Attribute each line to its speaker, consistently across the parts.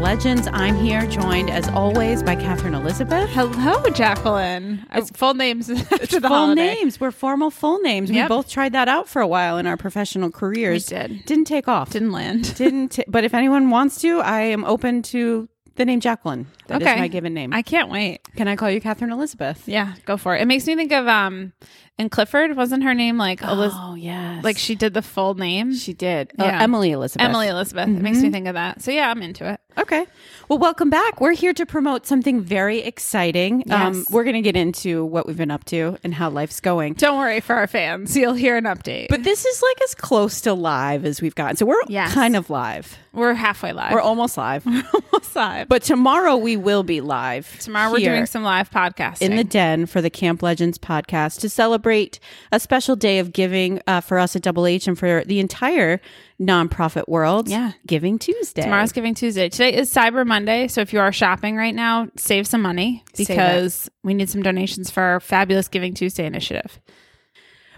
Speaker 1: Legends. I'm here, joined as always by Catherine Elizabeth.
Speaker 2: Hello, Jacqueline. It's full names after the
Speaker 1: full
Speaker 2: holiday.
Speaker 1: names. We're formal full names. We
Speaker 2: Yep.
Speaker 1: both tried that out for a while in our professional careers.
Speaker 2: We did.
Speaker 1: Didn't take off.
Speaker 2: Didn't land.
Speaker 1: Didn't. t- but if anyone wants to, I am open to the name Jacqueline. That is my given name.
Speaker 2: I can't wait.
Speaker 1: Can I call you Catherine Elizabeth?
Speaker 2: Yeah, go for it. It makes me think of um, and Clifford wasn't her name like Eliz-
Speaker 1: Oh yes.
Speaker 2: like she did the full name
Speaker 1: she did.
Speaker 2: Yeah.
Speaker 1: Uh, Emily Elizabeth.
Speaker 2: Emily Elizabeth. It makes
Speaker 1: Mm-hmm.
Speaker 2: me think of that. So yeah, I'm into it.
Speaker 1: Okay. Well, welcome back. We're here to promote something very exciting. Um,
Speaker 2: Yes.
Speaker 1: we're going to get into what we've been up to and how life's going.
Speaker 2: Don't worry for our fans. You'll hear an update.
Speaker 1: But this is like as close to live as we've gotten. So we're
Speaker 2: Yes.
Speaker 1: kind of live.
Speaker 2: we're halfway live.
Speaker 1: We're almost live.
Speaker 2: almost live.
Speaker 1: but tomorrow we will be live.
Speaker 2: Tomorrow we're
Speaker 1: here
Speaker 2: doing some live podcasting.
Speaker 1: in the den for the Camp Legends podcast to celebrate a special day of giving uh, for us at Double H and for the entire nonprofit world.
Speaker 2: Yeah.
Speaker 1: Giving Tuesday.
Speaker 2: Tomorrow's Giving Tuesday. Today is Cyber Monday. So if you are shopping right now, save some money
Speaker 1: Save it.
Speaker 2: because we need some donations for our fabulous Giving Tuesday initiative.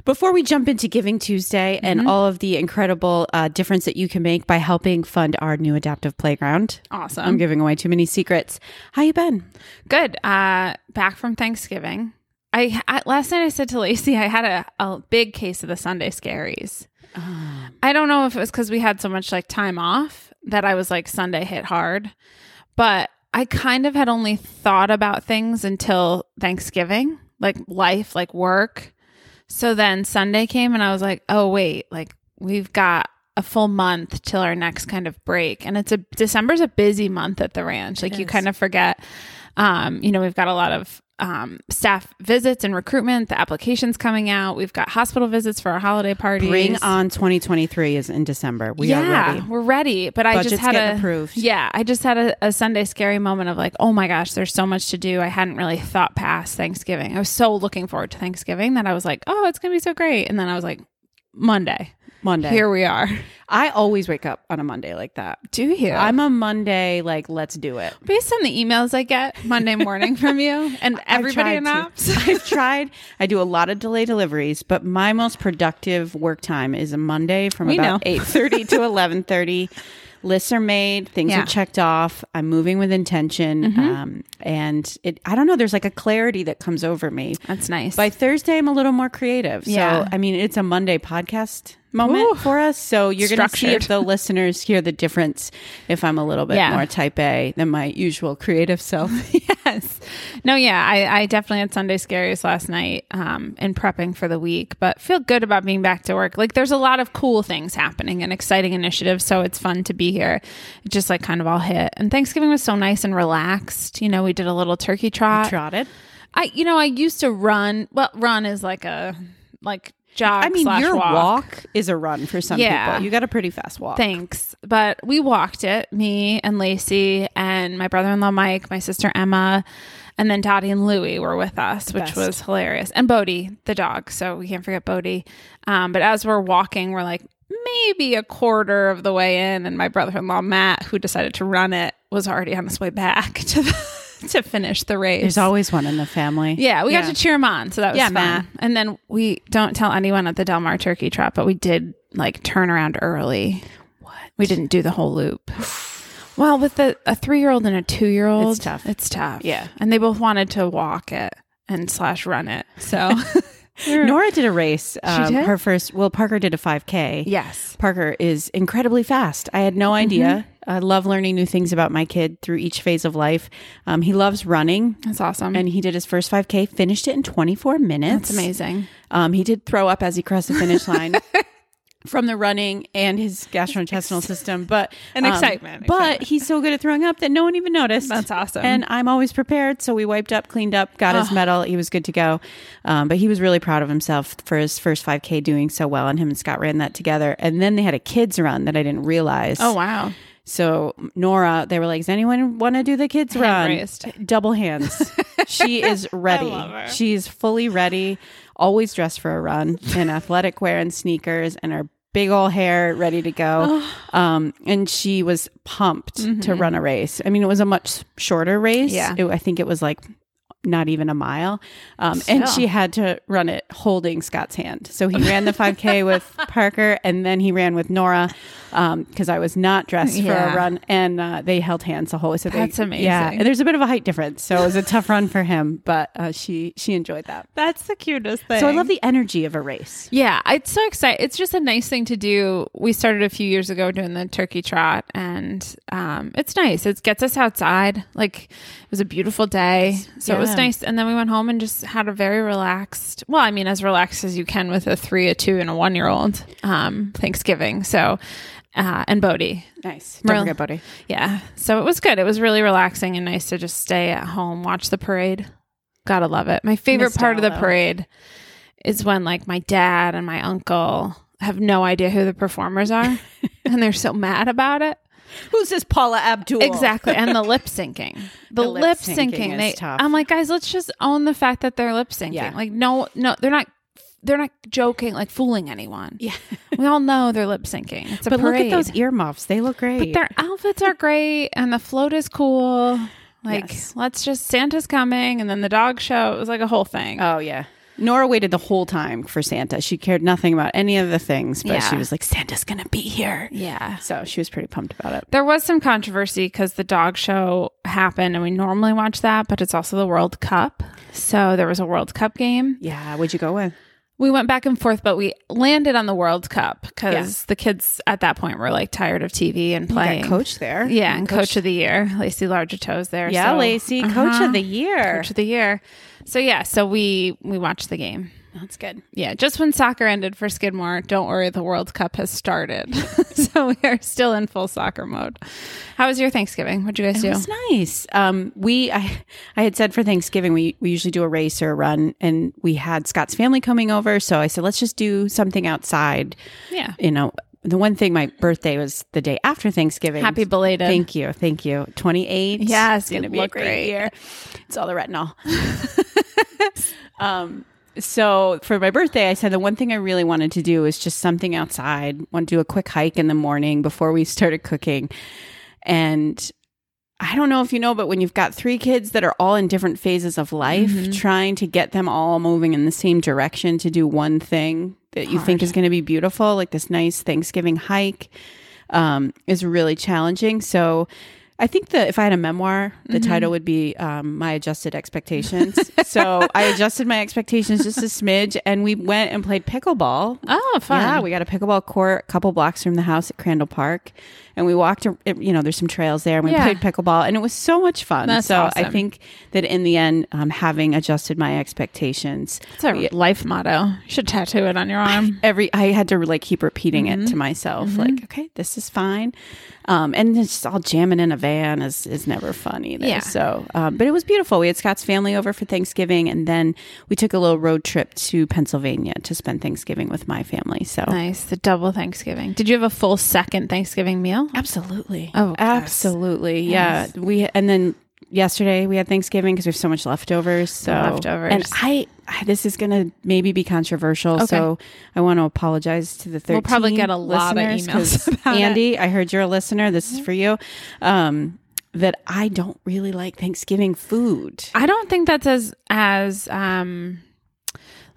Speaker 1: Before we jump into Giving Tuesday
Speaker 2: Mm-hmm.
Speaker 1: and all of the incredible uh, difference that you can make by helping fund our new adaptive playground,
Speaker 2: Awesome.
Speaker 1: I'm giving away too many secrets. How you been?
Speaker 2: Good. Uh, back from Thanksgiving. I, I last night I said to Lacey I had a, a big case of the Sunday scaries. I don't know if it was because we had so much like time off that I was like Sunday hit hard, but I kind of had only thought about things until Thanksgiving, like life, like work. So then Sunday came and I was like, oh wait, like we've got a full month till our next kind of break, and it's a December's a busy month at the ranch. Like you kind of forget um, you know, we've got a lot of um, staff visits and recruitment, the applications coming out. We've got hospital visits for our holiday parties.
Speaker 1: Bring on 2023 is in December. We
Speaker 2: yeah,
Speaker 1: are ready.
Speaker 2: we're ready. But I
Speaker 1: Budget's
Speaker 2: just had
Speaker 1: getting
Speaker 2: a
Speaker 1: approved.
Speaker 2: yeah, I just had a, a Sunday scary moment of like, oh my gosh, there's so much to do. I hadn't really thought past Thanksgiving. I was so looking forward to Thanksgiving that I was like, oh, it's gonna be so great. And then I was like, Monday,
Speaker 1: Monday.
Speaker 2: here we are.
Speaker 1: I always wake up on a Monday like that.
Speaker 2: Do you?
Speaker 1: I'm a Monday like let's do it.
Speaker 2: based on the emails I get Monday morning from you and everybody in
Speaker 1: I've tried
Speaker 2: ops.
Speaker 1: to. I've tried. I do a lot of delay deliveries, but my most productive work time is a Monday from
Speaker 2: We
Speaker 1: about
Speaker 2: know.
Speaker 1: eight thirty to eleven thirty. Lists are made, things
Speaker 2: Yeah. Mm-hmm.
Speaker 1: are checked off. I'm moving with intention, um, and it. I don't know. There's like a clarity that comes over me.
Speaker 2: That's nice.
Speaker 1: By Thursday, I'm a little more creative.
Speaker 2: Yeah.
Speaker 1: So, I mean, it's a Monday podcast moment
Speaker 2: Ooh.
Speaker 1: for us. So, you're going to see if
Speaker 2: Structured.
Speaker 1: the listeners hear the difference if I'm a little bit
Speaker 2: Yeah.
Speaker 1: more type A than my usual creative self.
Speaker 2: yes. No, yeah, I, I definitely had Sunday scaries last night um, in prepping for the week, but feel good about being back to work. Like, there's a lot of cool things happening and exciting initiatives, so it's fun to be here. It just like kind of all hit. And Thanksgiving was so nice and relaxed. You know, we did a little turkey trot.
Speaker 1: Trotted.
Speaker 2: I, you know, I used to run. Well, run is like a like jog.
Speaker 1: I mean,
Speaker 2: slash
Speaker 1: your walk.
Speaker 2: walk.
Speaker 1: is a run for some
Speaker 2: Yeah.
Speaker 1: people. You got a pretty fast walk.
Speaker 2: Thanks. But we walked it, me and Lacey and my brother in law Mike, my sister Emma, and then Dottie and Louie were with us, which
Speaker 1: Best.
Speaker 2: was hilarious. And Bodie, the dog. So we can't forget Bodie. Um, but as we're walking, we're like maybe a quarter of the way in, and my brother in law Matt, who decided to run it, was already on his way back to the, to finish the race.
Speaker 1: There's always one in the family.
Speaker 2: Yeah, we
Speaker 1: Yeah.
Speaker 2: got to cheer him on, so that was
Speaker 1: Yeah,
Speaker 2: fun.
Speaker 1: Matt.
Speaker 2: And then we don't tell anyone at the Del Mar Turkey Trot, but we did like turn around early. What? We didn't do the whole loop. well, with the, a three year old and a two year old,
Speaker 1: It's tough.
Speaker 2: It's tough.
Speaker 1: Yeah.
Speaker 2: and they both wanted to walk it and slash run it. So
Speaker 1: Nora did a race. Um,
Speaker 2: did?
Speaker 1: Her first, well, Parker did a 5K.
Speaker 2: yes,
Speaker 1: Parker is incredibly fast. I had no idea.
Speaker 2: Mm-hmm.
Speaker 1: I love learning new things about my kid through each phase of life. Um, he loves running.
Speaker 2: that's awesome.
Speaker 1: and he did his first 5K, finished it in 24 minutes.
Speaker 2: that's amazing.
Speaker 1: Um, he did throw up as he crossed the finish line from the running and his gastrointestinal system, but
Speaker 2: And
Speaker 1: um,
Speaker 2: excitement,
Speaker 1: But
Speaker 2: excitement.
Speaker 1: he's so good at throwing up that no one even noticed.
Speaker 2: That's awesome. Ah.
Speaker 1: And I'm always prepared, so we wiped up, cleaned up, got his medal. He was good to go, um, but he was really proud of himself for his first 5K doing so well. And him and Scott ran that together, and then they had a kids run that I didn't realize.
Speaker 2: Oh wow,
Speaker 1: So Nora, they were like, "Does anyone want to do the kids run?"
Speaker 2: raised.
Speaker 1: Double hands. she is ready.
Speaker 2: love her.
Speaker 1: She's fully ready. Always dressed for a run in athletic wear and sneakers, and her big old hair ready to go. um, and she was pumped to run a race. I mean, it was a much shorter race.
Speaker 2: Mm-hmm. Yeah.
Speaker 1: It- I think it was like not even a mile. Um, and
Speaker 2: Still.
Speaker 1: she had to run it holding Scott's hand. So he ran the 5K with Parker and then he ran with Nora because I was not dressed for
Speaker 2: Yeah.
Speaker 1: a run. And uh, they held hands the whole way. So they-
Speaker 2: That's amazing.
Speaker 1: Yeah. And there's a bit of a height difference. So it was a tough run for him, but uh, she, she enjoyed that.
Speaker 2: That's the cutest thing.
Speaker 1: So I love the energy of a race.
Speaker 2: Yeah, it's so exciting. It's just a nice thing to do. We started a few years ago doing the turkey trot, and um, it's nice. It gets us outside. Like it was a beautiful day, so it was
Speaker 1: Yeah.
Speaker 2: nice. And then we went home and just had a very relaxed. Well, I mean, as relaxed as you can with a three, a two, and a one-year-old um, Thanksgiving. So, uh, and Bodhi.
Speaker 1: Nice.
Speaker 2: Merle.
Speaker 1: Don't forget, buddy.
Speaker 2: Yeah, so it was good. It was really relaxing and nice to just stay at home, watch the parade. Gotta love it. My favorite
Speaker 1: Missed
Speaker 2: part of
Speaker 1: out,
Speaker 2: the
Speaker 1: though.
Speaker 2: parade is when like my dad and my uncle have no idea who the performers are and they're so mad about it.
Speaker 1: Who's this Paula Abdul?
Speaker 2: Exactly. And the lip syncing. The,
Speaker 1: The lip
Speaker 2: lip
Speaker 1: syncing
Speaker 2: syncing.
Speaker 1: is
Speaker 2: They,
Speaker 1: tough.
Speaker 2: I'm like, guys, let's just own the fact that they're lip syncing.
Speaker 1: Yeah.
Speaker 2: Like, no, no, they're not. They're not joking, like fooling anyone.
Speaker 1: Yeah.
Speaker 2: We all know they're lip syncing. It's a
Speaker 1: But look
Speaker 2: parade.
Speaker 1: at those earmuffs. They look great.
Speaker 2: But their outfits are great and the float is cool. Like,
Speaker 1: Yes.
Speaker 2: let's just Santa's coming and then the dog show. It was like a whole thing.
Speaker 1: Oh yeah. Nora waited the whole time for Santa. She cared nothing about any of the things, but
Speaker 2: Yeah.
Speaker 1: she was like, Santa's gonna be here.
Speaker 2: yeah.
Speaker 1: So she was pretty pumped about it.
Speaker 2: There was some controversy because the dog show happened and we normally watch that, but it's also the World Cup. So there was a World Cup game.
Speaker 1: Yeah, what'd you go with?
Speaker 2: We went back and forth, but we landed on the World Cup because the kids at that point were like tired of TV and playing.
Speaker 1: Got coach there.
Speaker 2: Yeah, and coach, of the year, Lacey Larger Toes there.
Speaker 1: Yeah,
Speaker 2: so-
Speaker 1: Lacey, coach
Speaker 2: Uh-huh.
Speaker 1: of the year.
Speaker 2: Coach of the year. So yeah, so we we watched the game.
Speaker 1: That's good.
Speaker 2: Yeah, just when soccer ended for Skidmore, don't worry, the World Cup has started. so we are still in full soccer mode. How was your Thanksgiving? What'd you guys do?
Speaker 1: It's nice. Um, we I I had said for Thanksgiving we we usually do a race or a run, and we had Scott's family coming over, so I said let's just do something outside.
Speaker 2: Yeah.
Speaker 1: You know, the one thing my birthday was the day after Thanksgiving.
Speaker 2: Happy belated.
Speaker 1: Thank you. Thank you. 28.
Speaker 2: Yes,
Speaker 1: It's going
Speaker 2: you
Speaker 1: to be a
Speaker 2: look
Speaker 1: great,
Speaker 2: great.
Speaker 1: year. It's all the retinol. um, so for my birthday, I said the one thing I really wanted to do is just something outside. Want to do a quick hike in the morning before we started cooking. And I don't know if you know, but when you've got three kids that are all in different phases of life, trying to get them all moving in the same direction to do one thing that you think is going to be beautiful, like this nice Thanksgiving hike, um, is really challenging. So I think that if I had a memoir, the title would be um, My Adjusted Expectations. so I adjusted my expectations just a smidge, and we went and played pickleball
Speaker 2: Oh, fun.
Speaker 1: yeah, we got a pickleball court a couple blocks from the house at Crandall Park, and we walked. ar- You know, there's some trails there, and we
Speaker 2: Yeah.
Speaker 1: played pickleball, and it was so much fun.
Speaker 2: That's
Speaker 1: so I
Speaker 2: awesome.
Speaker 1: think that in the end, um, having adjusted my expectations,
Speaker 2: It's a life motto. You should tattoo it on your arm.
Speaker 1: every I had to like keep repeating it
Speaker 2: Mm-hmm.
Speaker 1: to myself, like, okay, this is fine, um, and it's just all jamming in a van is is never fun either.
Speaker 2: Yeah.
Speaker 1: So, um, but it was beautiful. We had Scott's family over for Thanksgiving, and then we took a little road trip to Pennsylvania to spend Thanksgiving with my family. So
Speaker 2: nice. The double Thanksgiving. Did you have a full second Thanksgiving meal?
Speaker 1: Absolutely.
Speaker 2: Oh,
Speaker 1: absolutely.
Speaker 2: Yes.
Speaker 1: Yeah. We and then yesterday we had Thanksgiving because we have so much leftovers. So
Speaker 2: Leftovers.
Speaker 1: And I, I this is going to maybe be controversial. So I want to apologize to the 13
Speaker 2: We'll probably get a lot of
Speaker 1: listeners,
Speaker 2: emails
Speaker 1: 'cause
Speaker 2: about it.
Speaker 1: Andy, I heard you're a listener. This is for you. Um, that I don't really like Thanksgiving food.
Speaker 2: I don't think that's as as um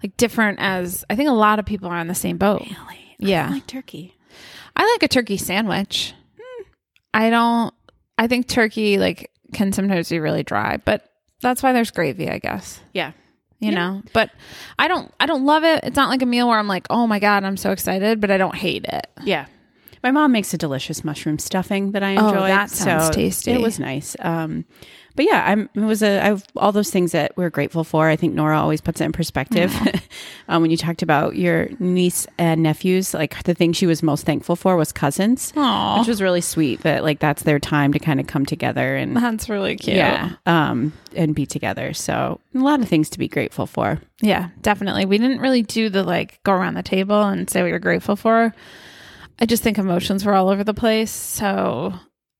Speaker 2: like different as I think a lot of people are on the same boat.
Speaker 1: Really? I
Speaker 2: Yeah.
Speaker 1: like turkey.
Speaker 2: I like a turkey sandwich. I don't. I think turkey like can sometimes be really dry, but that's why there's gravy, I guess.
Speaker 1: Yeah.
Speaker 2: You know, but I don't. I don't love it. It's not like a meal where I'm like, oh my god, I'm so excited, but I don't hate it.
Speaker 1: Yeah. My mom makes a delicious mushroom stuffing that I
Speaker 2: Oh,
Speaker 1: enjoy.
Speaker 2: that sounds tasty.
Speaker 1: It was nice. Um, but yeah, I'm, it was a, I've, all those things that we're grateful for. I think Nora always puts it in perspective.
Speaker 2: Mm-hmm.
Speaker 1: um, when you talked about your niece and nephews, like the thing she was most thankful for was cousins,
Speaker 2: Aw.
Speaker 1: which was really sweet that like that's their time to kind of come together and
Speaker 2: That's really cute.
Speaker 1: yeah, um, and be together. So a lot of things to be grateful for.
Speaker 2: Yeah, definitely. We didn't really do the like go around the table and say we were grateful for. I just think emotions were all over the place. So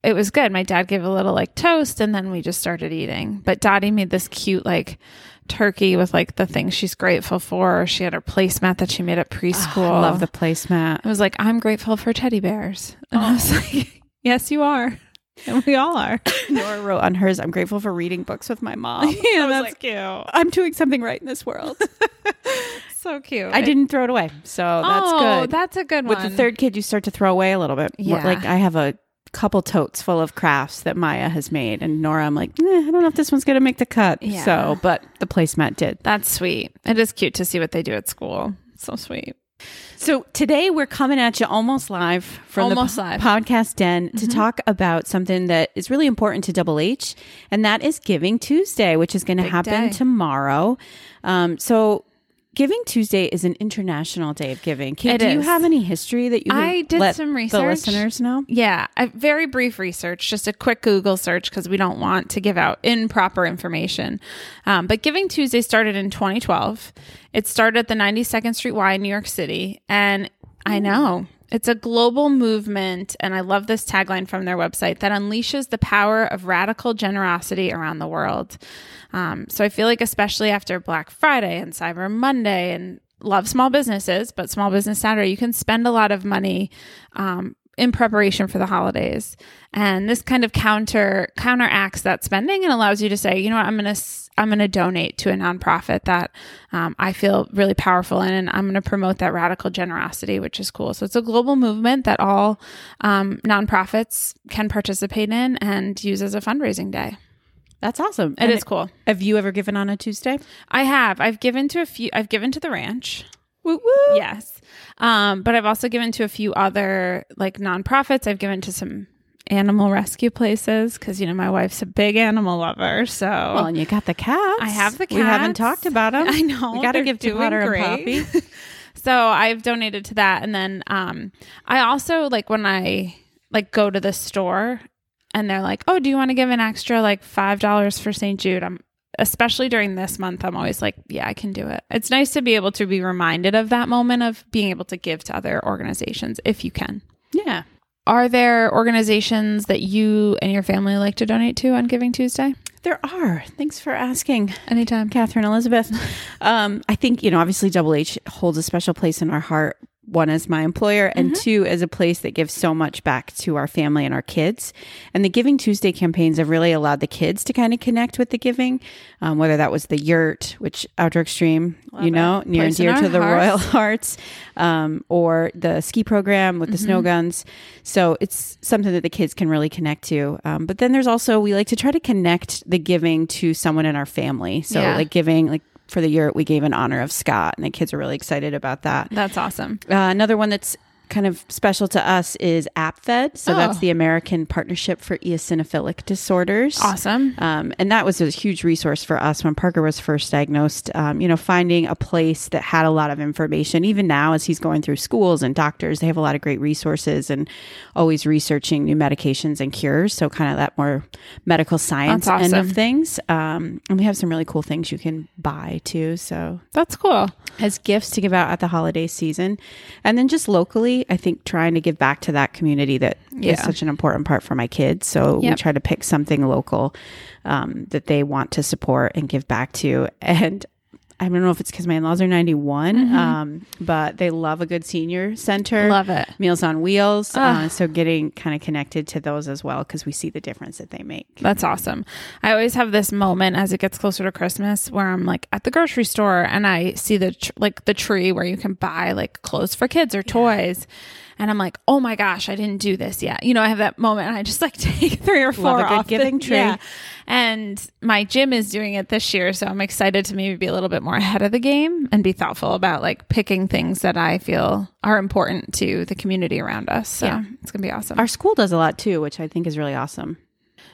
Speaker 2: it was good. My dad gave a little like toast and then we just started eating. But Dottie made this cute like turkey with like the things she's grateful for. She had her placemat that she made at preschool.
Speaker 1: I love the placemat.
Speaker 2: It was like, I'm grateful for teddy bears. And I was like, Yes, you are. And we all are.
Speaker 1: Nora wrote on hers, I'm grateful for reading books with my mom. I was like,
Speaker 2: cute.
Speaker 1: I'm doing something right in this world.
Speaker 2: So cute.
Speaker 1: I didn't throw it away. So that's
Speaker 2: oh,
Speaker 1: good.
Speaker 2: That's a good
Speaker 1: With
Speaker 2: one.
Speaker 1: the third kid, you start to throw away a little bit. more.
Speaker 2: Yeah.
Speaker 1: Like I have a couple totes full of crafts that Maya has made. And Nora, I'm like, eh, I don't know if this one's going to make the cut.
Speaker 2: Yeah.
Speaker 1: So, but the placemat did.
Speaker 2: That's sweet. It is cute to see what they do at school. So sweet.
Speaker 1: So today we're coming at you almost live from
Speaker 2: Almost
Speaker 1: the po-
Speaker 2: live. Mm-hmm.
Speaker 1: podcast den to talk about something that is really important to Double H, and that is Giving Tuesday, which is going to happen
Speaker 2: day.
Speaker 1: tomorrow. Um, so Giving Tuesday is an international day of giving. Kate,
Speaker 2: It
Speaker 1: do you
Speaker 2: is.
Speaker 1: have any history that you would
Speaker 2: I did
Speaker 1: let
Speaker 2: some
Speaker 1: the
Speaker 2: research.
Speaker 1: listeners know?
Speaker 2: Yeah, a very brief research, just a quick Google search because we don't want to give out improper information. Um, but Giving Tuesday started in 2012. It started at the 92nd Street Y in New York City. And I know it's a global movement. And I love this tagline from their website that unleashes the power of radical generosity around the world. Um, so I feel like, especially after Black Friday and Cyber Monday and love small businesses, but Small Business Saturday, you can spend a lot of money um, in preparation for the holidays. And this kind of counter counteracts that spending and allows you to say, you know what, I'm gonna s- I'm gonna donate to a nonprofit that um, I feel really powerful in, and I'm gonna promote that radical generosity, which is cool. So it's a global movement that all um, nonprofits can participate in and use as a fundraising day.
Speaker 1: That's awesome.
Speaker 2: It is cool.
Speaker 1: Have you ever given on a Tuesday?
Speaker 2: I have. I've given to a few. I've given to the ranch.
Speaker 1: Woo woo.
Speaker 2: Yes. Um, but I've also given to a few other like nonprofits. I've given to some animal rescue places because you know my wife's a big animal lover. So
Speaker 1: Well, and you got the cats.
Speaker 2: I have the
Speaker 1: We haven't
Speaker 2: cats.
Speaker 1: talked about them.
Speaker 2: I know,
Speaker 1: We got to
Speaker 2: they're
Speaker 1: give to
Speaker 2: doing
Speaker 1: Potter
Speaker 2: great.
Speaker 1: and Poppy.
Speaker 2: so I've donated to that, and then um, I also like when I like go to the store and they're like, "Oh, do you want to give an extra like five dollars for St. Jude?" I'm especially during this month, I'm always like, "Yeah, I can do it." It's nice to be able to be reminded of that moment of being able to give to other organizations if you can.
Speaker 1: Yeah.
Speaker 2: Are there organizations that you and your family like to donate to on Giving Tuesday?
Speaker 1: There are. Thanks for asking,
Speaker 2: Anytime.
Speaker 1: Catherine Elizabeth. Um, I think, you know, obviously Double H holds a special place in our heart. One, as my employer, and
Speaker 2: Mm-hmm.
Speaker 1: two, as a place that gives so much back to our family and our kids. And the Giving Tuesday campaigns have really allowed the kids to kind of connect with the giving, um, whether that was the yurt, which Outdoor Extreme, you know, near and
Speaker 2: Place in
Speaker 1: dear
Speaker 2: our
Speaker 1: to the
Speaker 2: hearts.
Speaker 1: Royal Hearts, um, or the ski program
Speaker 2: Mm-hmm.
Speaker 1: with the snow guns. So it's something that the kids can really connect to. Um, but then there's also, we like to try to connect the giving to someone in our family. So,
Speaker 2: Yeah.
Speaker 1: like giving, like for the year, we gave in honor of Scott, and the kids are really excited about that.
Speaker 2: That's awesome.
Speaker 1: Uh, another one that's kind of special to us is AppFed. So, that's
Speaker 2: Oh.
Speaker 1: the American Partnership for Eosinophilic Disorders.
Speaker 2: Awesome.
Speaker 1: Um, and that was a huge resource for us when Parker was first diagnosed. Um, you know, finding a place that had a lot of information, even now as he's going through schools and doctors, they have a lot of great resources and always researching new medications and cures. So, kind of that more medical science
Speaker 2: That's
Speaker 1: end
Speaker 2: awesome.
Speaker 1: of things. Um, and we have some really cool things you can buy too. So,
Speaker 2: That's cool.
Speaker 1: as gifts to give out at the holiday season. And then just locally, I think trying to give back to that community that is
Speaker 2: Yeah.
Speaker 1: such an important part for my kids. So we
Speaker 2: Yep.
Speaker 1: try to pick something local um, that they want to support and give back to. And I don't know if it's because my in laws are 91, um, but they love a good senior center.
Speaker 2: Mm-hmm. Love it.
Speaker 1: Meals on Wheels. Uh, so getting kind of connected to those as well because we see the difference that they make.
Speaker 2: That's awesome. I always have this moment as it gets closer to Christmas where I'm like at the grocery store and I see the tr- like the tree where you can buy like clothes for kids or toys. And I'm like, oh my gosh, I didn't do this yet. You know, I have that moment and I just like take three or four
Speaker 1: Love a good
Speaker 2: off the-
Speaker 1: giving tree.
Speaker 2: Yeah. And my gym is doing it this year, so I'm excited to maybe be a little bit more ahead of the game and be thoughtful about like picking things that I feel are important to the community around us. So it's gonna be awesome.
Speaker 1: Our school does a lot too, which I think is really awesome.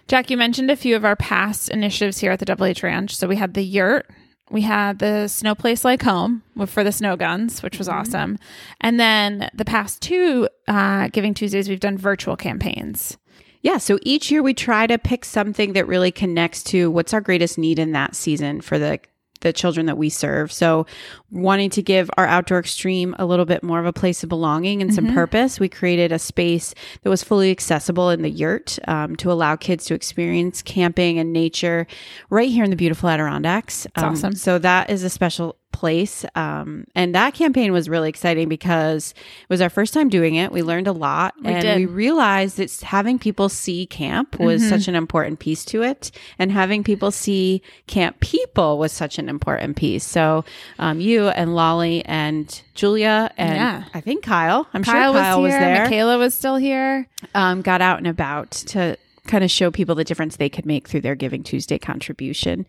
Speaker 2: Jack, you mentioned a few of our past initiatives here at the Double H Ranch. So we had the yurt, we had the snow place like home for the snow guns, which was
Speaker 1: Mm-hmm.
Speaker 2: awesome. And then the past two uh, Giving Tuesdays, we've done virtual campaigns.
Speaker 1: Yeah, so each year we try to pick something that really connects to what's our greatest need in that season for the the children that we serve. So, wanting to give our outdoor extreme a little bit more of a place of belonging and
Speaker 2: Mm-hmm.
Speaker 1: some purpose, we created a space that was fully accessible in the yurt um, to allow kids to experience camping and nature right here in the beautiful Adirondacks. Um,
Speaker 2: awesome.
Speaker 1: So that is a special place. Um, and that campaign was really exciting because it was our first time doing it. We learned a lot
Speaker 2: We
Speaker 1: and
Speaker 2: did.
Speaker 1: we realized that having people see camp was
Speaker 2: Mhm.
Speaker 1: such an important piece to it. And having people see camp people was such an important piece. So um, you and Lolly and Julia and
Speaker 2: Yeah.
Speaker 1: I think Kyle, I'm
Speaker 2: Kyle,
Speaker 1: sure Kyle
Speaker 2: was
Speaker 1: was,
Speaker 2: here.
Speaker 1: there,
Speaker 2: Michaela was still here.
Speaker 1: um, got out and about to kind of show people the difference they could make through their Giving Tuesday contribution.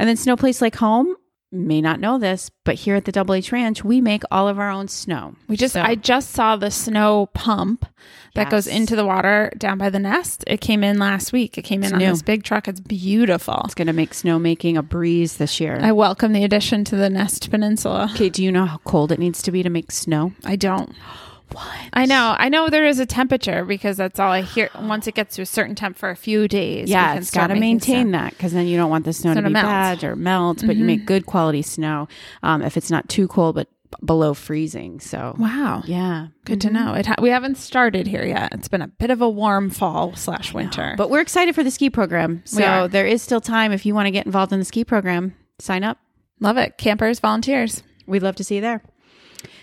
Speaker 1: And then Snow Place Like Home may not know this, but here at the Double H Ranch, we make all of our own snow.
Speaker 2: We just
Speaker 1: So-
Speaker 2: I just saw the snow pump that goes
Speaker 1: Yes.
Speaker 2: into the water down by the nest. It came in last week. It came in on
Speaker 1: new.
Speaker 2: this big truck. It's beautiful.
Speaker 1: It's going to make snowmaking a breeze this year.
Speaker 2: I welcome the addition to the Nest Peninsula.
Speaker 1: okay, do you know how cold it needs to be to make snow?
Speaker 2: I don't.
Speaker 1: What?
Speaker 2: I know. I know there is a temperature because that's all I hear. Once it gets to a certain temp for a few days, we
Speaker 1: Yeah,
Speaker 2: can
Speaker 1: it's got
Speaker 2: start
Speaker 1: to
Speaker 2: making
Speaker 1: maintain
Speaker 2: stuff.
Speaker 1: that because then you don't want the snow to
Speaker 2: to
Speaker 1: be
Speaker 2: melt.
Speaker 1: bad or melt, Mm-hmm. but you make good quality snow um, if it's not too cold but b- below freezing. So,
Speaker 2: Wow,
Speaker 1: yeah.
Speaker 2: good to know. It ha- we haven't started here yet. It's been a bit of a warm fall slash winter.
Speaker 1: But we're excited for the ski program.
Speaker 2: We
Speaker 1: So
Speaker 2: are.
Speaker 1: there is still time if you want to get involved in the ski program, sign up.
Speaker 2: Love it. Campers, volunteers.
Speaker 1: We'd love to see you there.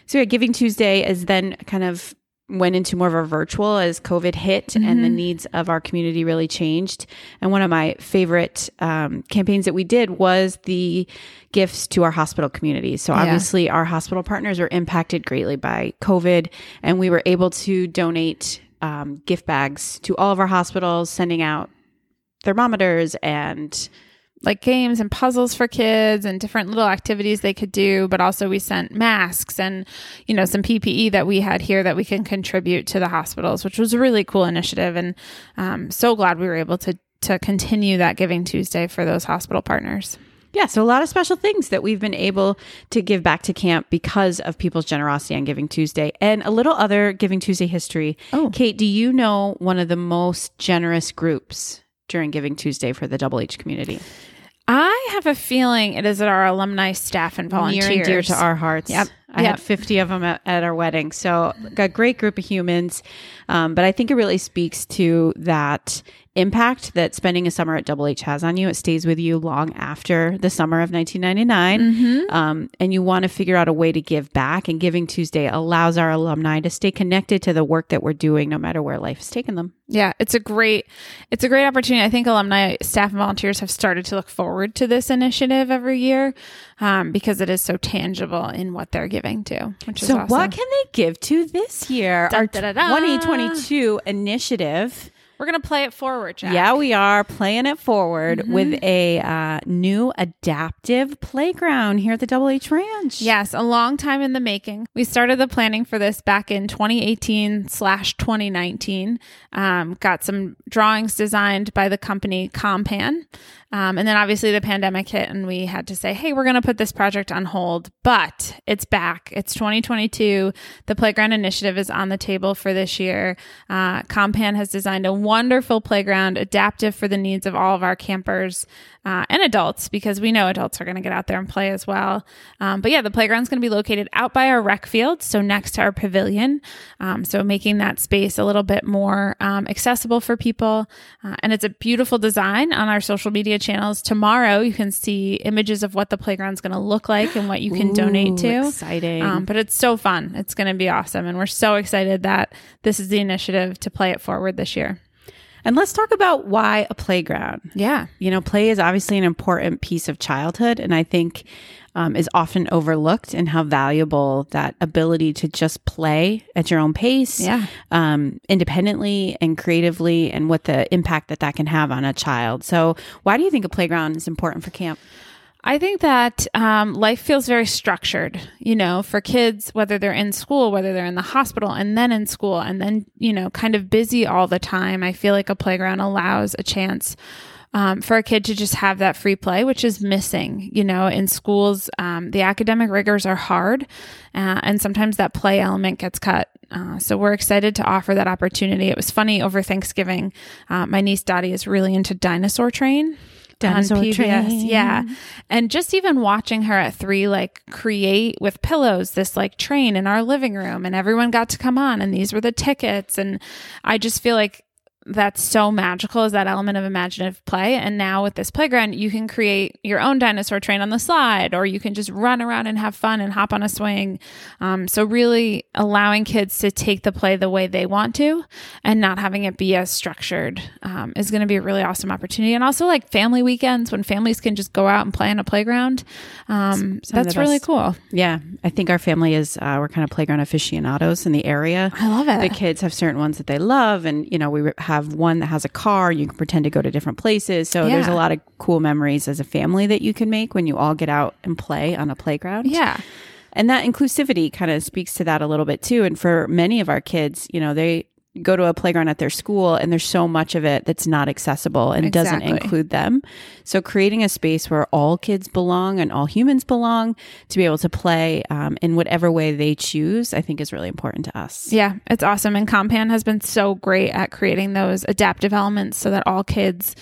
Speaker 1: So yeah, Giving Tuesday is then kind of went into more of a virtual as COVID hit and the needs of our community really changed. And one of my favorite um, campaigns that we did was the gifts to our hospital community. So obviously, our hospital partners were impacted greatly by COVID, and we were able to donate um, gift bags to all of our hospitals, sending out thermometers and
Speaker 2: like games and puzzles for kids and different little activities they could do but also we sent masks and you know some ppe that we had here that we can contribute to the hospitals which was a really cool initiative and um, so glad we were able to to continue that giving tuesday for those hospital partners
Speaker 1: Yeah, so a lot of special things that we've been able to give back to camp because of people's generosity on Giving Tuesday and a little other Giving Tuesday history.
Speaker 2: Oh.
Speaker 1: Kate, do you know one of the most generous groups during Giving Tuesday for the Double H community?
Speaker 2: i have a feeling it is our alumni staff and volunteers
Speaker 1: Near and dear to our hearts.
Speaker 2: Yep.
Speaker 1: I
Speaker 2: Yep.
Speaker 1: had 50 of them at, at our wedding. So, a great group of humans. Um, but I think it really speaks to that impact that spending a summer at Double H has on you. It stays with you long after the summer of 1999. Um, and you want to figure out a way to give back. And Giving Tuesday allows our alumni to stay connected to the work that we're doing, no matter where life has taken them.
Speaker 2: Yeah, it's a great it's a great opportunity. I think alumni, staff, and volunteers have started to look forward to this initiative every year um, because it is so tangible in what they're giving to. Which is
Speaker 1: So,
Speaker 2: awesome.
Speaker 1: what can they give to this year?
Speaker 2: Dun,
Speaker 1: our
Speaker 2: da, da, da.
Speaker 1: 2022 initiative.
Speaker 2: We're gonna play it forward, Jack.
Speaker 1: Yeah, we are playing it forward with a uh, new adaptive playground here at the Double H Ranch.
Speaker 2: Yes, a long time in the making. We started the planning for this back in 2018 slash 2019. Um, got some drawings designed by the company Compan. Um, and then obviously the pandemic hit and we had to say, hey, we're going to put this project on hold, but it's back. It's 2022. The Playground Initiative is on the table for this year. Uh, Compan has designed a wonderful playground adaptive for the needs of all of our campers uh, and adults because we know adults are going to get out there and play as well. Um, but yeah, the playground's going to be located out by our rec field, so next to our pavilion. Um, so making that space a little bit more um, accessible for people. Uh, and it's a beautiful design on our social media channels. Tomorrow, you can see images of what the playground's going to look like and what you can donate to.
Speaker 1: Exciting.
Speaker 2: Um, but it's so fun. It's going to be awesome. And we're so excited that this is the initiative to play it forward this year.
Speaker 1: and let's talk about why a playground.
Speaker 2: Yeah.
Speaker 1: You know, play is obviously an important piece of childhood, and I think um, is often overlooked and how valuable that ability to just play at your own pace,
Speaker 2: Yeah.
Speaker 1: um, independently and creatively, and what the impact that that can have on a child. So, why do you think a playground is important for camp?
Speaker 2: I think that um, life feels very structured, you know, for kids, whether they're in school, whether they're in the hospital, and then in school, and then, you know, kind of busy all the time. I feel like a playground allows a chance um, for a kid to just have that free play, which is missing, you know, in schools. Um, the academic rigors are hard, uh, and sometimes that play element gets cut. Uh, so we're excited to offer that opportunity. It was funny over Thanksgiving. Uh, my niece Dottie is really into Dinosaur Train
Speaker 1: Dinosaur
Speaker 2: on PBS.
Speaker 1: Train.
Speaker 2: Yeah. And just even watching her at three, like create with pillows this like train in our living room, and everyone got to come on, and these were the tickets. And I just feel like that's so magical is that element of imaginative play. And now with this playground, you can create your own dinosaur train on the slide, or you can just run around and have fun and hop on a swing. Um, so, really allowing kids to take the play the way they want to and not having it be as structured um, is going to be a really awesome opportunity. And also, like family weekends when families can just go out and play on a playground. Um,
Speaker 1: Some of
Speaker 2: that's
Speaker 1: the
Speaker 2: really
Speaker 1: best.
Speaker 2: cool.
Speaker 1: Yeah, I think our family is uh, we're kind of playground aficionados in the area.
Speaker 2: I love
Speaker 1: The
Speaker 2: it.
Speaker 1: kids have certain ones that they love, and you know we have one that has a car. You can pretend to go to different places. So there's
Speaker 2: Yeah.
Speaker 1: a lot of cool memories as a family that you can make when you all get out and play on a playground.
Speaker 2: Yeah.
Speaker 1: and that inclusivity kind of speaks to that a little bit too. And for many of our kids, you know they go to a playground at their school and there's so much of it that's not accessible and doesn't
Speaker 2: Exactly.
Speaker 1: include them. So creating a space where all kids belong and all humans belong to be able to play um, in whatever way they choose, I think is really important to us.
Speaker 2: Yeah, it's awesome. And Compan has been so great at creating those adaptive elements so that all kids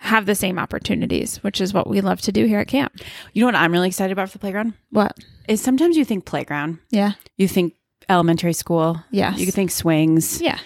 Speaker 2: have the same opportunities, which is what we love to do here at camp.
Speaker 1: You know what I'm really excited about for the playground?
Speaker 2: What?
Speaker 1: Is sometimes you think playground,
Speaker 2: Yeah.
Speaker 1: you think elementary school,
Speaker 2: Yes.
Speaker 1: you think swings.
Speaker 2: yeah.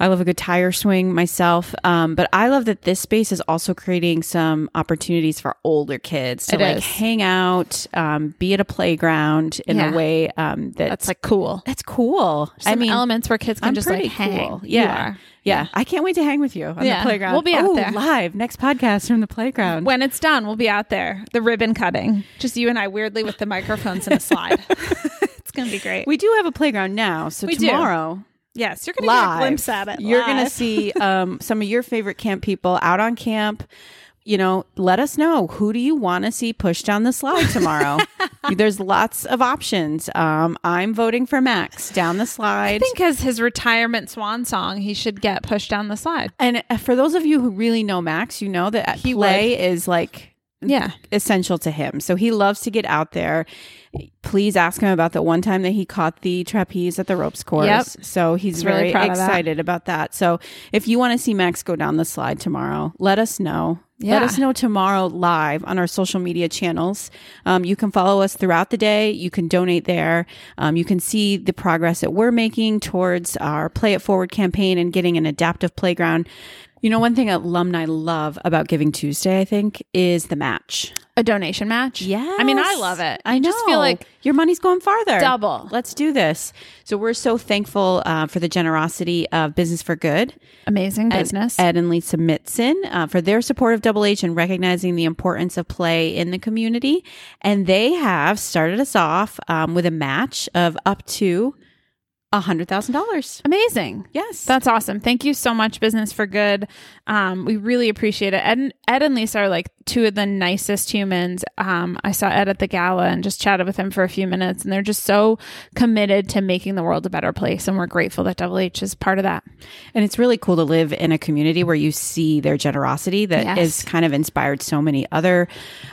Speaker 1: I love a good tire swing myself. Um, but I love that this space is also creating some opportunities for older kids to
Speaker 2: It
Speaker 1: like
Speaker 2: is.
Speaker 1: hang out, um, be at a playground in
Speaker 2: Yeah.
Speaker 1: a way um, that
Speaker 2: That's like cool.
Speaker 1: that's cool. I
Speaker 2: Some
Speaker 1: mean,
Speaker 2: elements where kids can
Speaker 1: I'm
Speaker 2: just like
Speaker 1: pretty
Speaker 2: hang.
Speaker 1: cool.
Speaker 2: You
Speaker 1: Yeah.
Speaker 2: are.
Speaker 1: yeah, I can't wait to hang with you on
Speaker 2: Yeah.
Speaker 1: the playground.
Speaker 2: We'll be out
Speaker 1: Oh,
Speaker 2: there.
Speaker 1: live next podcast from the playground.
Speaker 2: When it's done, we'll be out there. The ribbon cutting. Just you and I weirdly with the microphones and a slide. it's going to be great.
Speaker 1: we do have a playground now, so
Speaker 2: We do.
Speaker 1: tomorrow.
Speaker 2: yes, you're going to get
Speaker 1: live.
Speaker 2: a glimpse at it.
Speaker 1: You're going to
Speaker 2: live.
Speaker 1: see um, some of your favorite camp people out on camp. You know, let us know who do you want to see pushed down the slide tomorrow. There's lots of options. Um, I'm voting for Max down the
Speaker 2: I
Speaker 1: slide.
Speaker 2: think as his retirement swan song, he should get pushed down the slide.
Speaker 1: and uh, for those of you who really know Max, you know that
Speaker 2: He
Speaker 1: play is like
Speaker 2: Yeah.
Speaker 1: essential to him. So he loves to get out there. Please ask him about the one time that he caught the trapeze at the ropes course.
Speaker 2: Yep.
Speaker 1: So he's,
Speaker 2: He's really
Speaker 1: very
Speaker 2: proud of that.
Speaker 1: excited about that. So if you want to see Max go down the slide tomorrow, let us know. Let
Speaker 2: Yeah.
Speaker 1: us know tomorrow live on our social media channels. Um, you can follow us throughout the day. You can donate there. Um, you can see the progress that we're making towards our Play It Forward campaign and getting an adaptive playground. You know, one thing alumni love about Giving Tuesday, I think, is the match.
Speaker 2: A donation match.
Speaker 1: Yeah.
Speaker 2: I mean, I love it.
Speaker 1: I
Speaker 2: You
Speaker 1: know.
Speaker 2: just feel like
Speaker 1: your money's going farther.
Speaker 2: Double.
Speaker 1: Let's do this. So we're so thankful uh, for the generosity of Business for Good,
Speaker 2: amazing business.
Speaker 1: Ed and Lisa Mitson, uh, for their support of Double H and recognizing the importance of play in the community. And they have started us off um, with a match of up to $100,000.
Speaker 2: amazing.
Speaker 1: Yes.
Speaker 2: That's awesome. Thank you so much, Business for Good. Um, we really appreciate it. Ed, and- Ed and Lisa are like two of the nicest humans. Um, I saw Ed at the gala and just chatted with him for a few minutes, and they're just so committed to making the world a better place. And we're grateful that Double H is part of that.
Speaker 1: And it's really cool to live in a community where you see their generosity that
Speaker 2: Yes.
Speaker 1: has kind of inspired so many other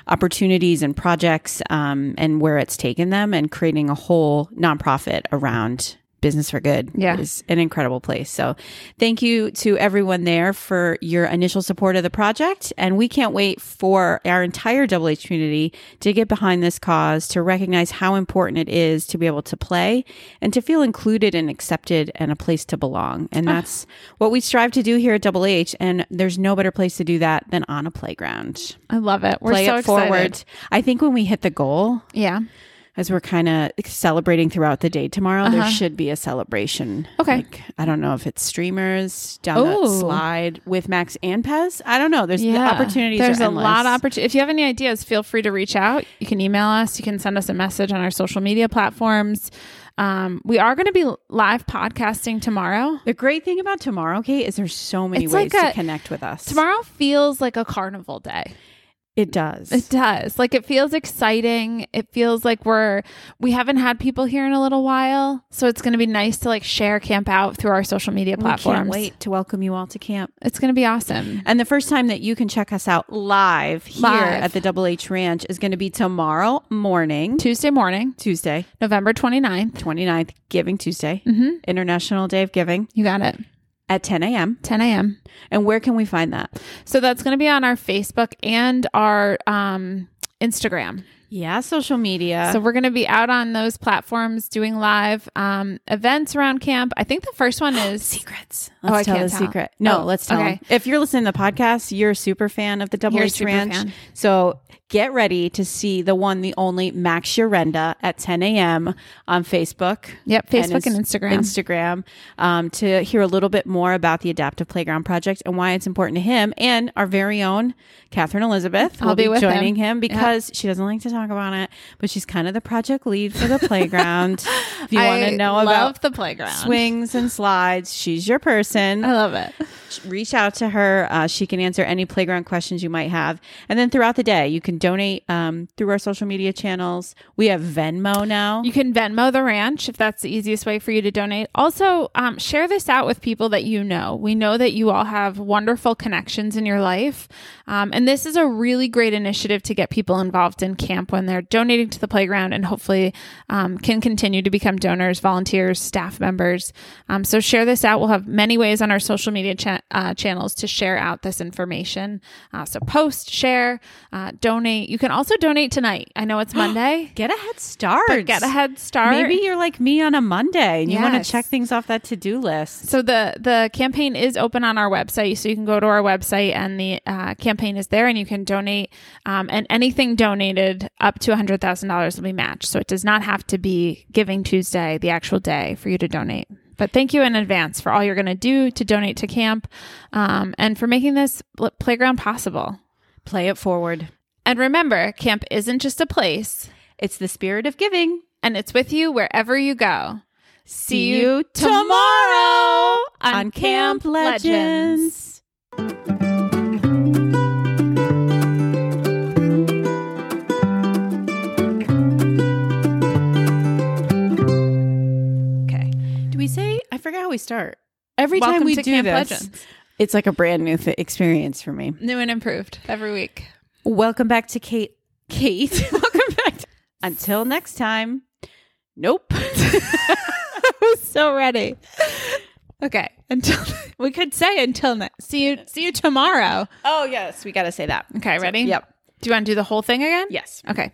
Speaker 1: opportunities and projects um, and where it's taken them and creating a whole nonprofit around business for good
Speaker 2: Yeah.
Speaker 1: is an incredible place. So thank you to everyone there for your initial support of the project. And we can't wait for our entire Double H community to get behind this cause, to recognize how important it is to be able to play and to feel included and accepted and a place to belong. And
Speaker 2: Ah.
Speaker 1: that's what we strive to do here at Double H. And there's no better place to do that than on a playground.
Speaker 2: I love it. We're
Speaker 1: Play
Speaker 2: so
Speaker 1: it forward.
Speaker 2: excited.
Speaker 1: I think when we hit the goal,
Speaker 2: Yeah.
Speaker 1: as we're kind of celebrating throughout the day tomorrow, there should be a celebration.
Speaker 2: Uh-huh. Okay.
Speaker 1: Like, I don't know if it's streamers down the
Speaker 2: Ooh.
Speaker 1: slide with Max and Pez. I don't know. There's the opportunities.
Speaker 2: There's
Speaker 1: are
Speaker 2: a lot of
Speaker 1: endless.
Speaker 2: opportunities. If you have any ideas, feel free to reach out. You can email us. You can send us a message on our social media platforms. Um, we are going to be live podcasting tomorrow.
Speaker 1: The great thing about tomorrow, Kate, is there's so many
Speaker 2: It's
Speaker 1: ways
Speaker 2: like a-
Speaker 1: to connect with us.
Speaker 2: Tomorrow feels like a carnival day.
Speaker 1: it does.
Speaker 2: It does. Like it feels exciting. It feels like we're we haven't had people here in a little while, so it's going to be nice to like share camp out through our social media platforms.
Speaker 1: We can't wait to welcome you all to camp.
Speaker 2: It's going to be awesome.
Speaker 1: And the first time that you can check us out live here
Speaker 2: Live.
Speaker 1: at the Double H Ranch is going to be tomorrow morning,
Speaker 2: Tuesday morning,
Speaker 1: Tuesday,
Speaker 2: November 29th.
Speaker 1: 29th, Giving Tuesday,
Speaker 2: Mhm.
Speaker 1: International Day of Giving
Speaker 2: You got it.
Speaker 1: at 10 a.m.
Speaker 2: 10 a.m.
Speaker 1: And where can we find that?
Speaker 2: So that's going to be on our Facebook and our um, Instagram.
Speaker 1: Yeah, social media.
Speaker 2: So we're going to be out on those platforms doing live um, events around camp. I think the first one is
Speaker 1: secrets.
Speaker 2: Oh,
Speaker 1: Let's
Speaker 2: I
Speaker 1: tell
Speaker 2: can't
Speaker 1: the
Speaker 2: tell.
Speaker 1: secret. No,
Speaker 2: Oh,
Speaker 1: let's tell.
Speaker 2: okay.
Speaker 1: 'em. If you're listening to the podcast, you're a super fan of the Double
Speaker 2: You're a
Speaker 1: H
Speaker 2: super
Speaker 1: Ranch.
Speaker 2: fan.
Speaker 1: So get ready to see the one, the only Max Yarenda at 10 a.m. on Facebook.
Speaker 2: Yep, Facebook
Speaker 1: ins-
Speaker 2: and Instagram.
Speaker 1: Instagram um, to hear a little bit more about the Adaptive Playground Project and why it's important to him and our very own Catherine Elizabeth.
Speaker 2: I'll
Speaker 1: will
Speaker 2: be with him.
Speaker 1: joining him, because she doesn't like to talk about it, but she's kind of the project lead for the playground. if you want
Speaker 2: I
Speaker 1: to know
Speaker 2: love
Speaker 1: about
Speaker 2: the playground.
Speaker 1: swings and slides. She's your
Speaker 2: I
Speaker 1: person.
Speaker 2: love it.
Speaker 1: Reach out to her. Uh, she can answer any playground questions you might have. And then throughout the day, you can donate um, through our social media channels. We have Venmo now.
Speaker 2: You can Venmo the ranch if that's the easiest way for you to donate. Also, um, share this out with people that you know. We know that you all have wonderful connections in your life. Um, and this is a really great initiative to get people involved in camp when they're donating to the playground and hopefully um, can continue to become donors, volunteers, staff members. Um, so share this out. We'll have many ways on our social media cha- uh, channels to share out this information. Uh, so post, share, uh, donate. You can also donate tonight. I know it's Monday.
Speaker 1: Get a head start.
Speaker 2: But get a head start.
Speaker 1: Maybe you're like me on a Monday and you want
Speaker 2: Yes.
Speaker 1: to check things off that to do list.
Speaker 2: So the the campaign is open on our website, so you can go to our website and the uh, campaign is there, and you can donate. Um, and anything donated up to hundred thousand dollars will be matched. So it does not have to be Giving Tuesday, the actual day, for you to donate. But thank you in advance for all you're going to do to donate to camp, um, and for making this pl- playground possible.
Speaker 1: Play it forward.
Speaker 2: And remember, camp isn't just a place,
Speaker 1: It's the spirit of giving.
Speaker 2: and it's with you wherever you go.
Speaker 1: See you tomorrow on Camp Legends.
Speaker 2: Okay.
Speaker 1: Do we say? I forgot how we start. Every time
Speaker 2: Welcome
Speaker 1: we
Speaker 2: to
Speaker 1: do
Speaker 2: Camp
Speaker 1: this,
Speaker 2: Legends.
Speaker 1: it's like a brand new th- experience for me.
Speaker 2: New and improved every week.
Speaker 1: Welcome back to Kate. Kate, welcome back. to- Until next time. Nope.
Speaker 2: so ready. Okay. Until we could say until next. See you. See you tomorrow.
Speaker 1: oh yes, we got to say that.
Speaker 2: Okay. Ready?
Speaker 1: Yep.
Speaker 2: Do you want to do the whole thing again?
Speaker 1: Yes.
Speaker 2: Okay.